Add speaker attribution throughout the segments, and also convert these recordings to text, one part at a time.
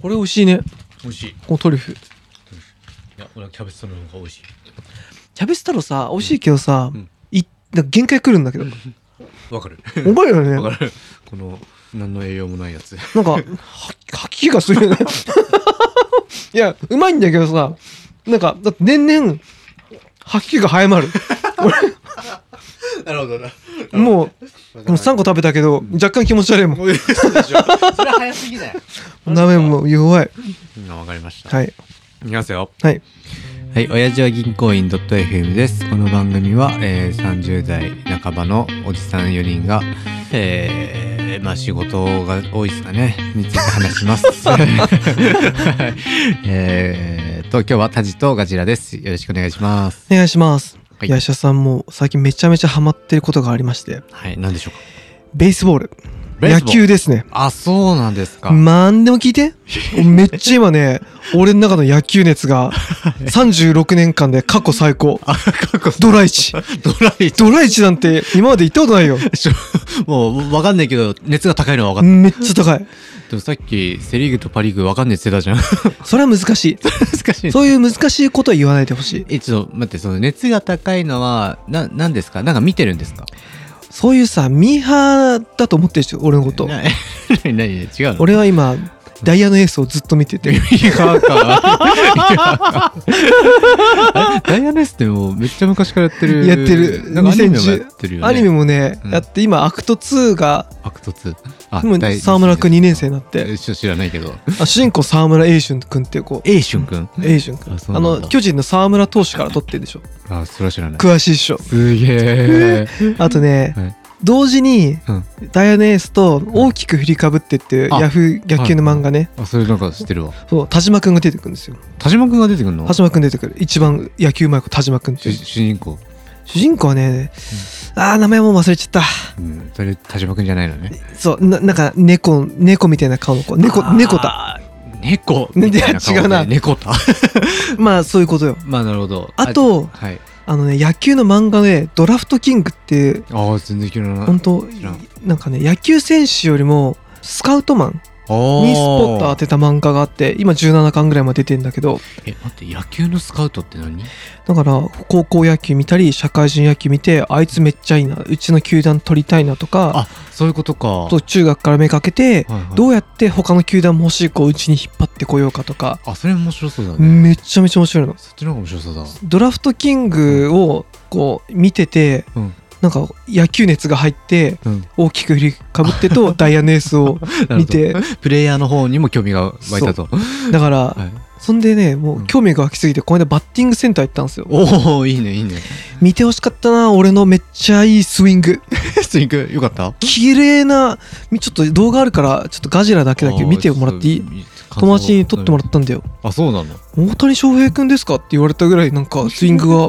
Speaker 1: これ美味しいね
Speaker 2: 美味しい
Speaker 1: このトリュフ
Speaker 2: いや俺はキャベツ太郎の方が美味しい
Speaker 1: キャベツ太郎さ美味しいけどさ、
Speaker 2: うん
Speaker 1: いなんか限界来るんだけど
Speaker 2: わかる
Speaker 1: わかるよね
Speaker 2: わかるこの何の栄養もないやつ
Speaker 1: なんかは吐き気がするよねいやうまいんだけどさなんかだって年々吐き気が早まる
Speaker 2: なるほどな
Speaker 1: もう
Speaker 2: う
Speaker 1: この3個食べたけど若干気持ち悪いもん
Speaker 2: もうそうでしょ それ早すぎだよ
Speaker 1: 鍋も弱い
Speaker 2: うんわかりました
Speaker 1: はい
Speaker 2: いきますよ
Speaker 1: はい
Speaker 2: はい、親父は銀行員 .fm です。この番組は、えー30代半ばのおじさん4人が、えーまあ仕事が多いですかね、について話し ます。はいえーと、今日はタジとガジラです。よろしくお願いします。
Speaker 1: お願いします、
Speaker 2: はい
Speaker 1: ヤシャさんも最近めちゃめちゃハマってることがありまして
Speaker 2: はい、何でしょう
Speaker 1: ベースボール
Speaker 2: かベー
Speaker 1: 野
Speaker 2: スボール
Speaker 1: 球ですね
Speaker 2: あ、そうなんですか。
Speaker 1: まあんでも聞いてめっちゃ今ね俺の中の野球熱が36年間で過去最高
Speaker 2: あ、過去
Speaker 1: ドライチ
Speaker 2: ドライ
Speaker 1: ドライチなんて今まで行ったことないよ
Speaker 2: ちょもうわかんないけど、熱が高いのは分かっ
Speaker 1: めっちゃ高い
Speaker 2: た。でもさっき、セリーグとパリーグ分かんないって言ってたじゃん。
Speaker 1: それは難し
Speaker 2: 難 しい
Speaker 1: いそういう難しいことは言わないでほしい
Speaker 2: え、ちょっと待って、その熱が高いのは、な、なんですかなんか見てるんですか
Speaker 1: そういうさミーハーだと思ってるでしょ俺のこと
Speaker 2: な 何、何、違うの
Speaker 1: 俺は今ダイヤのエースをずっと見てて
Speaker 2: ミーハーか。 あれダイアネスってもうめっちゃ昔からやってる。
Speaker 1: やってる
Speaker 2: なんかアニメもや
Speaker 1: 2010
Speaker 2: ってるよね。
Speaker 1: アニメもね、
Speaker 2: うん
Speaker 1: やって今アクト2が
Speaker 2: アクト2。あ
Speaker 1: もう
Speaker 2: 第
Speaker 1: 沢村くん2年生になっ
Speaker 2: え
Speaker 1: て
Speaker 2: ちょっと知らないけど。
Speaker 1: あ主人公沢村英俊くんっていう子
Speaker 2: エイシュンくん。
Speaker 1: 英俊くん
Speaker 2: あそう
Speaker 1: あ
Speaker 2: なんだ
Speaker 1: の巨人の沢村投手から取ってるでしょ
Speaker 2: あ、それは知らない。
Speaker 1: 詳しいっしょ
Speaker 2: すげえ。
Speaker 1: あとね、
Speaker 2: はい
Speaker 1: 同時に
Speaker 2: うん。
Speaker 1: ダイアネースと大きく振りかぶってっていう
Speaker 2: あ
Speaker 1: ヤフー野球の漫画ね、
Speaker 2: あ、それなんか知ってるわ。
Speaker 1: そう田島くんが出てくるんですよ
Speaker 2: 田島くんが出てくるの
Speaker 1: 田島くん出てくる一番野球うまい子田島くんってい
Speaker 2: 主
Speaker 1: う
Speaker 2: 主人公。
Speaker 1: 主人公はね、あー名前も忘れちゃった
Speaker 2: うん。それ田島くんじゃないのね。
Speaker 1: そうななんか猫猫みたいな顔の子猫猫だ
Speaker 2: だ猫
Speaker 1: ね
Speaker 2: みたいな顔
Speaker 1: 違うな
Speaker 2: ね猫だ
Speaker 1: まあそういうことよ
Speaker 2: まあなるほど
Speaker 1: あと
Speaker 2: はい
Speaker 1: あのね野球の漫画で「ドラフトキング」っていう
Speaker 2: ああ全然嫌いな
Speaker 1: 本当
Speaker 2: 知らん
Speaker 1: なんかね野球選手よりもスカウトマンにスポット当てた漫画があって今17巻ぐらいまで出てんだけど
Speaker 2: てえ待って野球のスカウトって何
Speaker 1: だから高校野球見たり社会人野球見てあいつめっちゃいいなうちの球団取りたいなとか
Speaker 2: あそういうことか
Speaker 1: そう中学から目かけて
Speaker 2: はいはい
Speaker 1: どうやって他の球団も欲しい子をうちに引っ張ってこようかとか
Speaker 2: あそれ面白そうだね
Speaker 1: めっちゃめちゃ面白いの。
Speaker 2: そっちの方が面白そうだ
Speaker 1: ドラフトキングをこう見てて、
Speaker 2: うん
Speaker 1: なんか野球熱が入って
Speaker 2: うん
Speaker 1: 大きく振りかぶって とダイヤネースを見て
Speaker 2: プレイヤーの方にも興味が湧いたと
Speaker 1: だから、
Speaker 2: はい
Speaker 1: そんでねも
Speaker 2: うん
Speaker 1: う興味が湧きすぎてこの間バッティングセンター行ったんですよ
Speaker 2: おおいいねいいね
Speaker 1: 見てほしかったな俺のめっちゃいいスイング
Speaker 2: スイングよかった
Speaker 1: 綺麗なみちょっと動画あるからちょっとガジラだけだけど見てもらっていい
Speaker 2: い
Speaker 1: 友達に撮ってもらったんだよ
Speaker 2: たあそうなの
Speaker 1: 大谷翔平くんですかって言われたぐらいなんかスイングが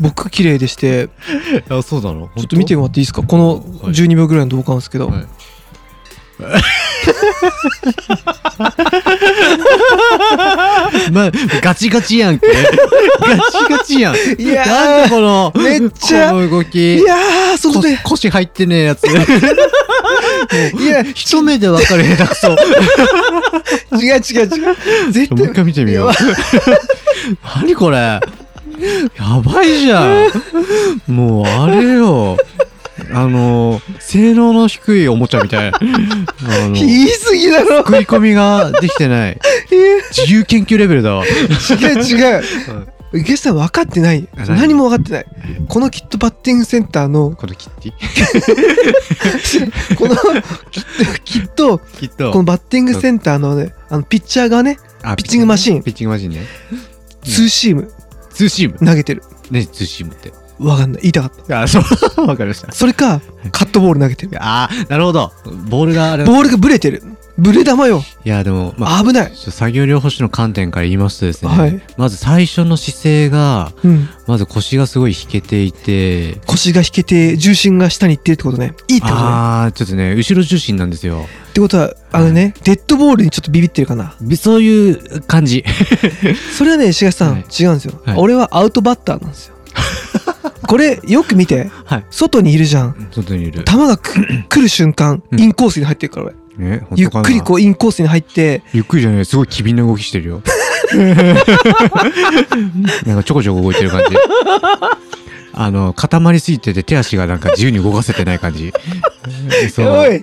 Speaker 1: 僕綺麗で して
Speaker 2: あそうなの
Speaker 1: ちょっと見てもらっていいですかこの12秒ぐらいの動画なんですけど、
Speaker 2: はいまあ、ガチガチやんけ。ガチガチやん。
Speaker 1: いやー
Speaker 2: なんだこの、
Speaker 1: めっちゃ
Speaker 2: この動き。
Speaker 1: いやーそこ
Speaker 2: こ
Speaker 1: で
Speaker 2: 腰入ってね えやつ。いや、一目で分かる下手くそ。
Speaker 1: 違う違う違う絶
Speaker 2: もう一
Speaker 1: 対
Speaker 2: 回見てみよう
Speaker 1: い。
Speaker 2: 何これやばいじゃんもうあれよ。あの、性能の低いおもちゃみたい。あの、
Speaker 1: 言い過ぎだろ
Speaker 2: 食い込みができてな
Speaker 1: い
Speaker 2: い。
Speaker 1: や
Speaker 2: 自由研究レベルだわ。
Speaker 1: 違う違うゲスさん分かってない
Speaker 2: 何
Speaker 1: 何も分かってないこのキットバッティングセンターの
Speaker 2: このキッティ
Speaker 1: このきっときっとこ
Speaker 2: きっと。
Speaker 1: のバッティングセンターのねあのピッチャーがね
Speaker 2: あ
Speaker 1: ピッチングマシーン
Speaker 2: ピッチングマシンね。
Speaker 1: ツーシーム
Speaker 2: ツーシーム。
Speaker 1: 投げてる
Speaker 2: 何ツーシームって。
Speaker 1: 分かんない言いたかった
Speaker 2: あ、そう。 わかりました。
Speaker 1: それかカットボール投げてる
Speaker 2: あー、なるほど。ボールがあれ。い
Speaker 1: ボールがブレてるブレ玉よ
Speaker 2: や、でも、まあ、
Speaker 1: 危ない
Speaker 2: ちょっと作業療法士の観点から言いますとですね、
Speaker 1: はい
Speaker 2: まず最初の姿勢が、
Speaker 1: うん
Speaker 2: まず腰がすごい引けていて、
Speaker 1: 腰が引けて重心が下にいってるってことねいいってことね
Speaker 2: あー、ちょっとね、後ろ重心なんですよ。
Speaker 1: ってことはあのねデッドボールにちょっとビビってるかな
Speaker 2: びそういう感じ。
Speaker 1: それはね石橋さん、
Speaker 2: はい
Speaker 1: 違うんですよ、
Speaker 2: はい
Speaker 1: 俺はアウトバッターなんですよこれよく見て
Speaker 2: はい。
Speaker 1: 外にいるじゃん
Speaker 2: 外にいる。
Speaker 1: 球がく来る瞬間
Speaker 2: うん
Speaker 1: インコースに入ってるから俺
Speaker 2: ね、本
Speaker 1: ゆっ
Speaker 2: 当かな
Speaker 1: くりこうインコースに入って、
Speaker 2: ゆっくりじゃないすごい機敏な動きし てるよなんかちょこちょこ動いてる感じあの固まりすぎてて手足がなんか自由に動かせてない 感じそう
Speaker 1: おい、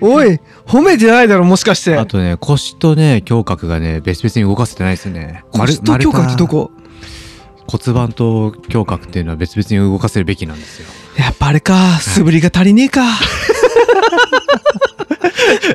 Speaker 1: おい、褒めてないだろ、もしかして。
Speaker 2: あとね腰とね胸郭がね別々に動かせてないですね
Speaker 1: 腰と胸郭ってどこ
Speaker 2: 骨盤と胸郭っていうのは別々に動かせるべきなんですよ
Speaker 1: やっぱあれか、素振りが足りねえか。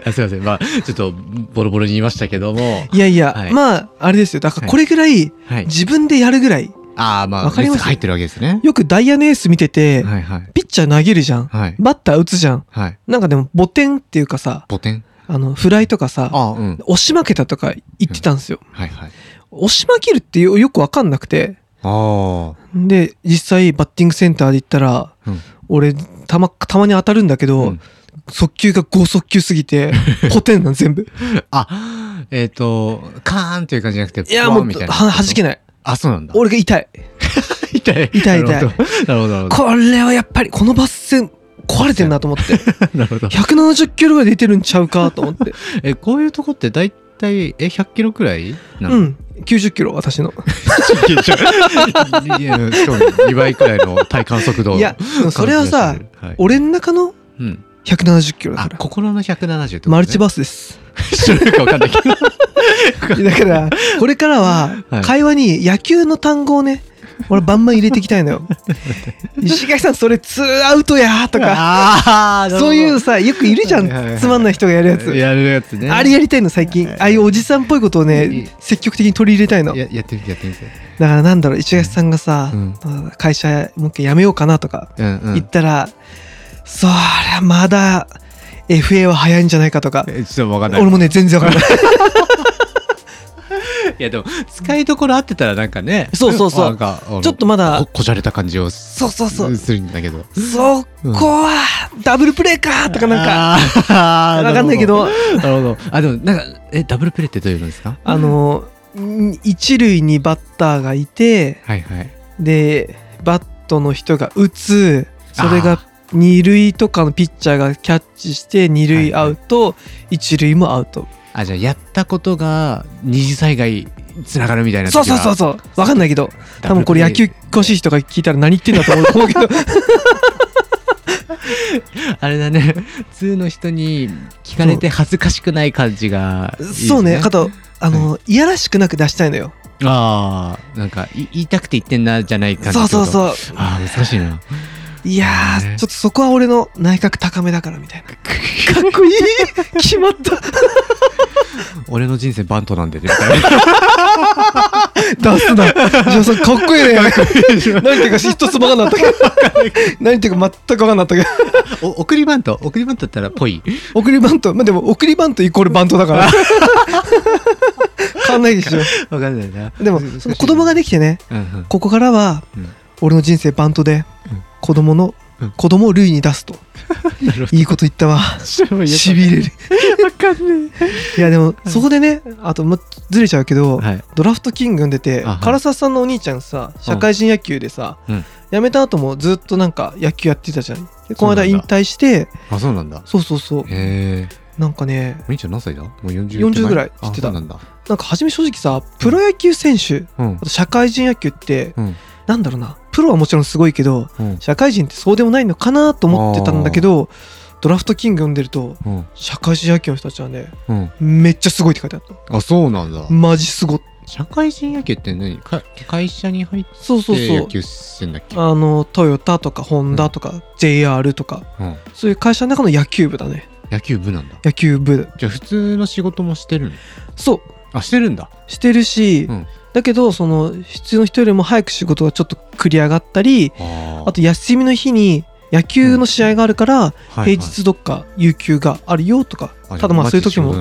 Speaker 2: あ すいませんまあちょっとボロボロに言いましたけども
Speaker 1: いやいや、
Speaker 2: はい
Speaker 1: まあ、あれですよ。だからこれぐらい、
Speaker 2: はい
Speaker 1: 自分でやるぐらい。
Speaker 2: ああまあ
Speaker 1: わかります
Speaker 2: 熱が入ってるわけですね
Speaker 1: よくダイヤのエース見てて、
Speaker 2: はいはい
Speaker 1: ピッチャー投げるじゃん。
Speaker 2: はい
Speaker 1: バッター打つじゃん。
Speaker 2: はい
Speaker 1: なんかでも、ボテンっていうかさ、
Speaker 2: ボテン
Speaker 1: あの、フライとかさ、
Speaker 2: あうん
Speaker 1: 押し負けたとか言ってたんですよ。
Speaker 2: はいはい
Speaker 1: 押し負けるってよよくわかんなくて。
Speaker 2: あ
Speaker 1: で、実際、バッティングセンターで行ったら、
Speaker 2: あうん
Speaker 1: 俺、たま、たまに当たるんだけど、
Speaker 2: うん
Speaker 1: 速球が5速球すぎ て、ポテンなん全部。
Speaker 2: あえっ、とカーンっていう感じじゃなくて
Speaker 1: いや、
Speaker 2: ポワ
Speaker 1: も
Speaker 2: ン
Speaker 1: う、
Speaker 2: みたいな
Speaker 1: は、弾けない。
Speaker 2: あそうなんだ
Speaker 1: 俺が痛い。
Speaker 2: 痛
Speaker 1: 痛
Speaker 2: い
Speaker 1: い痛い
Speaker 2: なるほどなるほど
Speaker 1: これはやっぱり、このバス線、壊れてんなと思って。
Speaker 2: なるほど
Speaker 1: 170キロぐらい出てるんちゃうかと思って。
Speaker 2: えこういうとこって大体え100キロくらいなの
Speaker 1: うん。90キロ、私の。
Speaker 2: いやいやしかも2倍くらいの体感速度
Speaker 1: いや、それはさ、
Speaker 2: はい
Speaker 1: 俺の中の
Speaker 2: うん、
Speaker 1: 170キロだ
Speaker 2: あ
Speaker 1: から。
Speaker 2: 心の170ってこと、ね、
Speaker 1: マルチ
Speaker 2: バ
Speaker 1: バースです。
Speaker 2: スかわかんないけど
Speaker 1: だ から、これからは
Speaker 2: はい、
Speaker 1: 会話に野球の単語をね、俺バンバン入れていきたいの よ。石垣さん、それツーアウトやーとか、
Speaker 2: あ
Speaker 1: そういう
Speaker 2: う
Speaker 1: さ、よくいるじゃ
Speaker 2: はいはいはい
Speaker 1: ん。つまんない人がやるやつ。
Speaker 2: やるやつね
Speaker 1: あれやりたいの、最近。ああいうおじさんっぽいことを
Speaker 2: いい
Speaker 1: ね、積極的に取り入れたいの。だ
Speaker 2: ややってみてやってみて、
Speaker 1: からなんだろう、石垣さんがさ
Speaker 2: うん、
Speaker 1: 会社もう一回辞めようかなとか、
Speaker 2: うんうん
Speaker 1: 言ったら、そりゃまだ FA は早いんじゃないかとか、
Speaker 2: えちょっとわかんない
Speaker 1: 俺もね、全然わからない。
Speaker 2: いやでも使いどころ合ってたらなんかね
Speaker 1: そうそうそう
Speaker 2: なんかあの
Speaker 1: ちょっとまだ
Speaker 2: ここじゃれた感じをす
Speaker 1: そうそうそう。
Speaker 2: するんだけど
Speaker 1: そこは、ダブルプレーかとかなんか、
Speaker 2: か
Speaker 1: わかんないけど、
Speaker 2: なるほどあでもなんかえダブルプレーってどういうのですか
Speaker 1: あの、ん一塁にバッターがいて、
Speaker 2: はいはい
Speaker 1: で、バットの人が打つ、それ
Speaker 2: あ
Speaker 1: が二塁とかのピッチャーがキャッチして、二塁アウト、一塁もアウト。
Speaker 2: あじゃあやったことが二次災害につながるみたいな
Speaker 1: そうそうそう
Speaker 2: う
Speaker 1: そう。わかんないけど、多分これ野球詳しい人が聞いたら何言ってんだと思うけど、
Speaker 2: あれだね 普通の人に 聞かれて恥ずかしくない感じがいいです
Speaker 1: そうね、あと、あの、いやらしくなく出したいのよ。
Speaker 2: ああなんかい言いたくて言ってんなじゃない感じ
Speaker 1: そうそう
Speaker 2: う
Speaker 1: そう。
Speaker 2: ああ難しいない
Speaker 1: やー、
Speaker 2: ね
Speaker 1: ちょっとそこは俺の内角高めだからみたいな。かっこいい決まった
Speaker 2: 俺の人生バントなん でね
Speaker 1: 出すな。じゃあさ、かっこいいね。何ていうか一つもわかんなかったけど。何ていうか全くわかんなかったけど。
Speaker 2: お送りバント送りバントだったらぽい
Speaker 1: 送りバント、まあでも送りバントイコールバントだ から。変わんないでしょ。
Speaker 2: わかんないな
Speaker 1: でも、
Speaker 2: 難しい
Speaker 1: その子供ができてね、
Speaker 2: うんうん
Speaker 1: ここからは
Speaker 2: うん
Speaker 1: 俺の人生バントで
Speaker 2: うん、
Speaker 1: 子供の
Speaker 2: うん、
Speaker 1: 子供を塁に出すと。
Speaker 2: なるほ
Speaker 1: いいこと言った わ。
Speaker 2: ど
Speaker 1: しびれる。
Speaker 2: わかんね
Speaker 1: いやでもそこでねあとまずれちゃうけど、
Speaker 2: はい
Speaker 1: ドラフトキング読んでて
Speaker 2: あはい
Speaker 1: 唐沢さんのお兄ちゃんさ社会人野球でさ、
Speaker 2: うん
Speaker 1: 辞めた後もずっとなんか野球やってたじゃんでこの
Speaker 2: そうな
Speaker 1: 間
Speaker 2: んだ
Speaker 1: 引退して
Speaker 2: あそうなんだ
Speaker 1: そうそうそう
Speaker 2: へえ
Speaker 1: なんかね
Speaker 2: お兄ちゃん何歳だもう40
Speaker 1: 40ぐらい知ってた
Speaker 2: あそうなんだ
Speaker 1: なんか初め正直さプロ野球選手
Speaker 2: うん
Speaker 1: あと社会人野球って、
Speaker 2: うん
Speaker 1: なんだろうなプロはもちろんすごいけど
Speaker 2: うん
Speaker 1: 社会人ってそうでもないのかなと思ってたんだけどドラフトキング読んでると
Speaker 2: うん
Speaker 1: 社会人野球の人たちはね
Speaker 2: うん
Speaker 1: めっちゃすごいって書いてあった
Speaker 2: あそうなんだ
Speaker 1: マジすごっ
Speaker 2: 社会人野球って何か会社に入っ
Speaker 1: そうそうそ
Speaker 2: て
Speaker 1: う
Speaker 2: 野球してんだっけ
Speaker 1: あのトヨタとかホンダとか JR とか
Speaker 2: うん
Speaker 1: そういう会社の中の野球部だね
Speaker 2: 野球部なんだ
Speaker 1: 野球部
Speaker 2: じゃあ普通の仕事もしてるの
Speaker 1: そう
Speaker 2: あしてるんだ
Speaker 1: してるし、
Speaker 2: うん
Speaker 1: だけどその普通の人よりも早く仕事がちょっと繰り上がったり
Speaker 2: あ
Speaker 1: あと休みの日に野球の試合があるから平日どっか有給があるよとか、ただまあそういう時も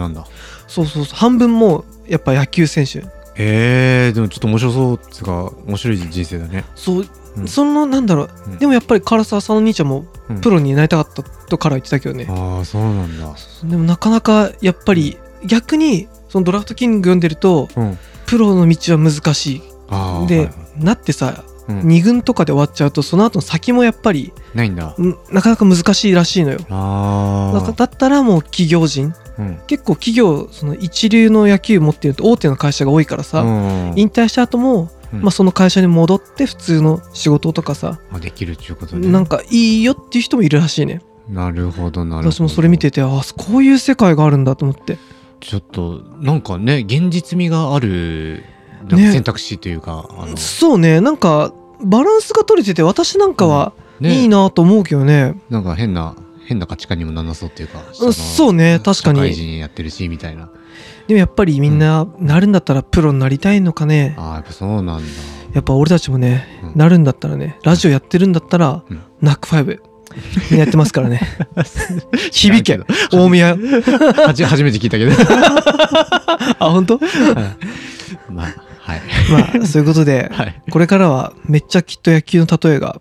Speaker 1: そうそうそう半分もやっぱ野球選手
Speaker 2: へえでもちょっと面白そうっつうか面白い人生だね
Speaker 1: そう、
Speaker 2: うん
Speaker 1: そのなんだろう
Speaker 2: うん
Speaker 1: でもやっぱり唐沢さんの兄ちゃんも
Speaker 2: うん
Speaker 1: プロになりたかったとから言ってたけどね、
Speaker 2: ああそうなんだ
Speaker 1: でもなかなかやっぱり逆にそのドラフトキング読んでると
Speaker 2: うん
Speaker 1: プロの道は難し
Speaker 2: ああ
Speaker 1: いで、
Speaker 2: はいはい
Speaker 1: なってさ
Speaker 2: うん
Speaker 1: 2軍とかで終わっちゃうとその後の先もやっぱり
Speaker 2: ないんだ
Speaker 1: んなかなか難しいらしいのよ
Speaker 2: あ
Speaker 1: だ
Speaker 2: ー
Speaker 1: だったらもう企業人
Speaker 2: うん
Speaker 1: 結構企業その一流の野球持ってると大手の会社が多いからさ、
Speaker 2: うん
Speaker 1: 引退した後も、
Speaker 2: うん
Speaker 1: まあ、その会社に戻って普通の仕事とかさ、
Speaker 2: あできるっていうことね
Speaker 1: なんかいいよっていう人もいるらしいね
Speaker 2: なるほどなるほど
Speaker 1: 私もそれ見ててああこういう世界があるんだと思って
Speaker 2: ちょっとなんかね現実味があるなんか
Speaker 1: ね
Speaker 2: 選択肢というか、あの
Speaker 1: そうねなんかバランスが取れてて私なんかは
Speaker 2: ね
Speaker 1: いいなと思うけどね
Speaker 2: なんか変な変な価値観にもならなそうっていうか
Speaker 1: うんそうね確かに
Speaker 2: 社会人やってるしみたいな
Speaker 1: でもやっぱりみんななるんだったらプロになりたいのかね
Speaker 2: ああやっぱそうなんだ
Speaker 1: やっぱ俺たちもね、
Speaker 2: うん
Speaker 1: なるんだったらねラジオやってるんだったら、
Speaker 2: うん
Speaker 1: ナックファイブやってます からね響け
Speaker 2: 知らん
Speaker 1: 大宮
Speaker 2: けどはじ初めて聞いたけど
Speaker 1: あ本当
Speaker 2: まあはい
Speaker 1: まあそういうことで、
Speaker 2: はい
Speaker 1: これからはめっちゃきっと野球の例えが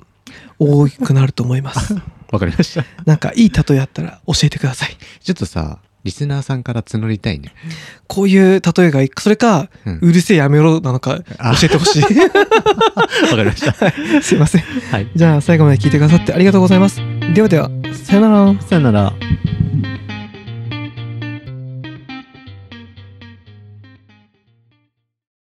Speaker 1: 大きくなると思います。
Speaker 2: わかりました
Speaker 1: なんかいい例えあったら教えてください。
Speaker 2: ちょっとさリスナーさんから募りたいね
Speaker 1: こういう例えがいいそれか、
Speaker 2: う
Speaker 1: うんるせえやめろなのか教
Speaker 2: あ
Speaker 1: えて ほしい。
Speaker 2: わかりました
Speaker 1: すいません。
Speaker 2: はい
Speaker 1: じゃあ最後まで聞いてくださってありがとうございます。ではでは、さよなら。
Speaker 2: さよなら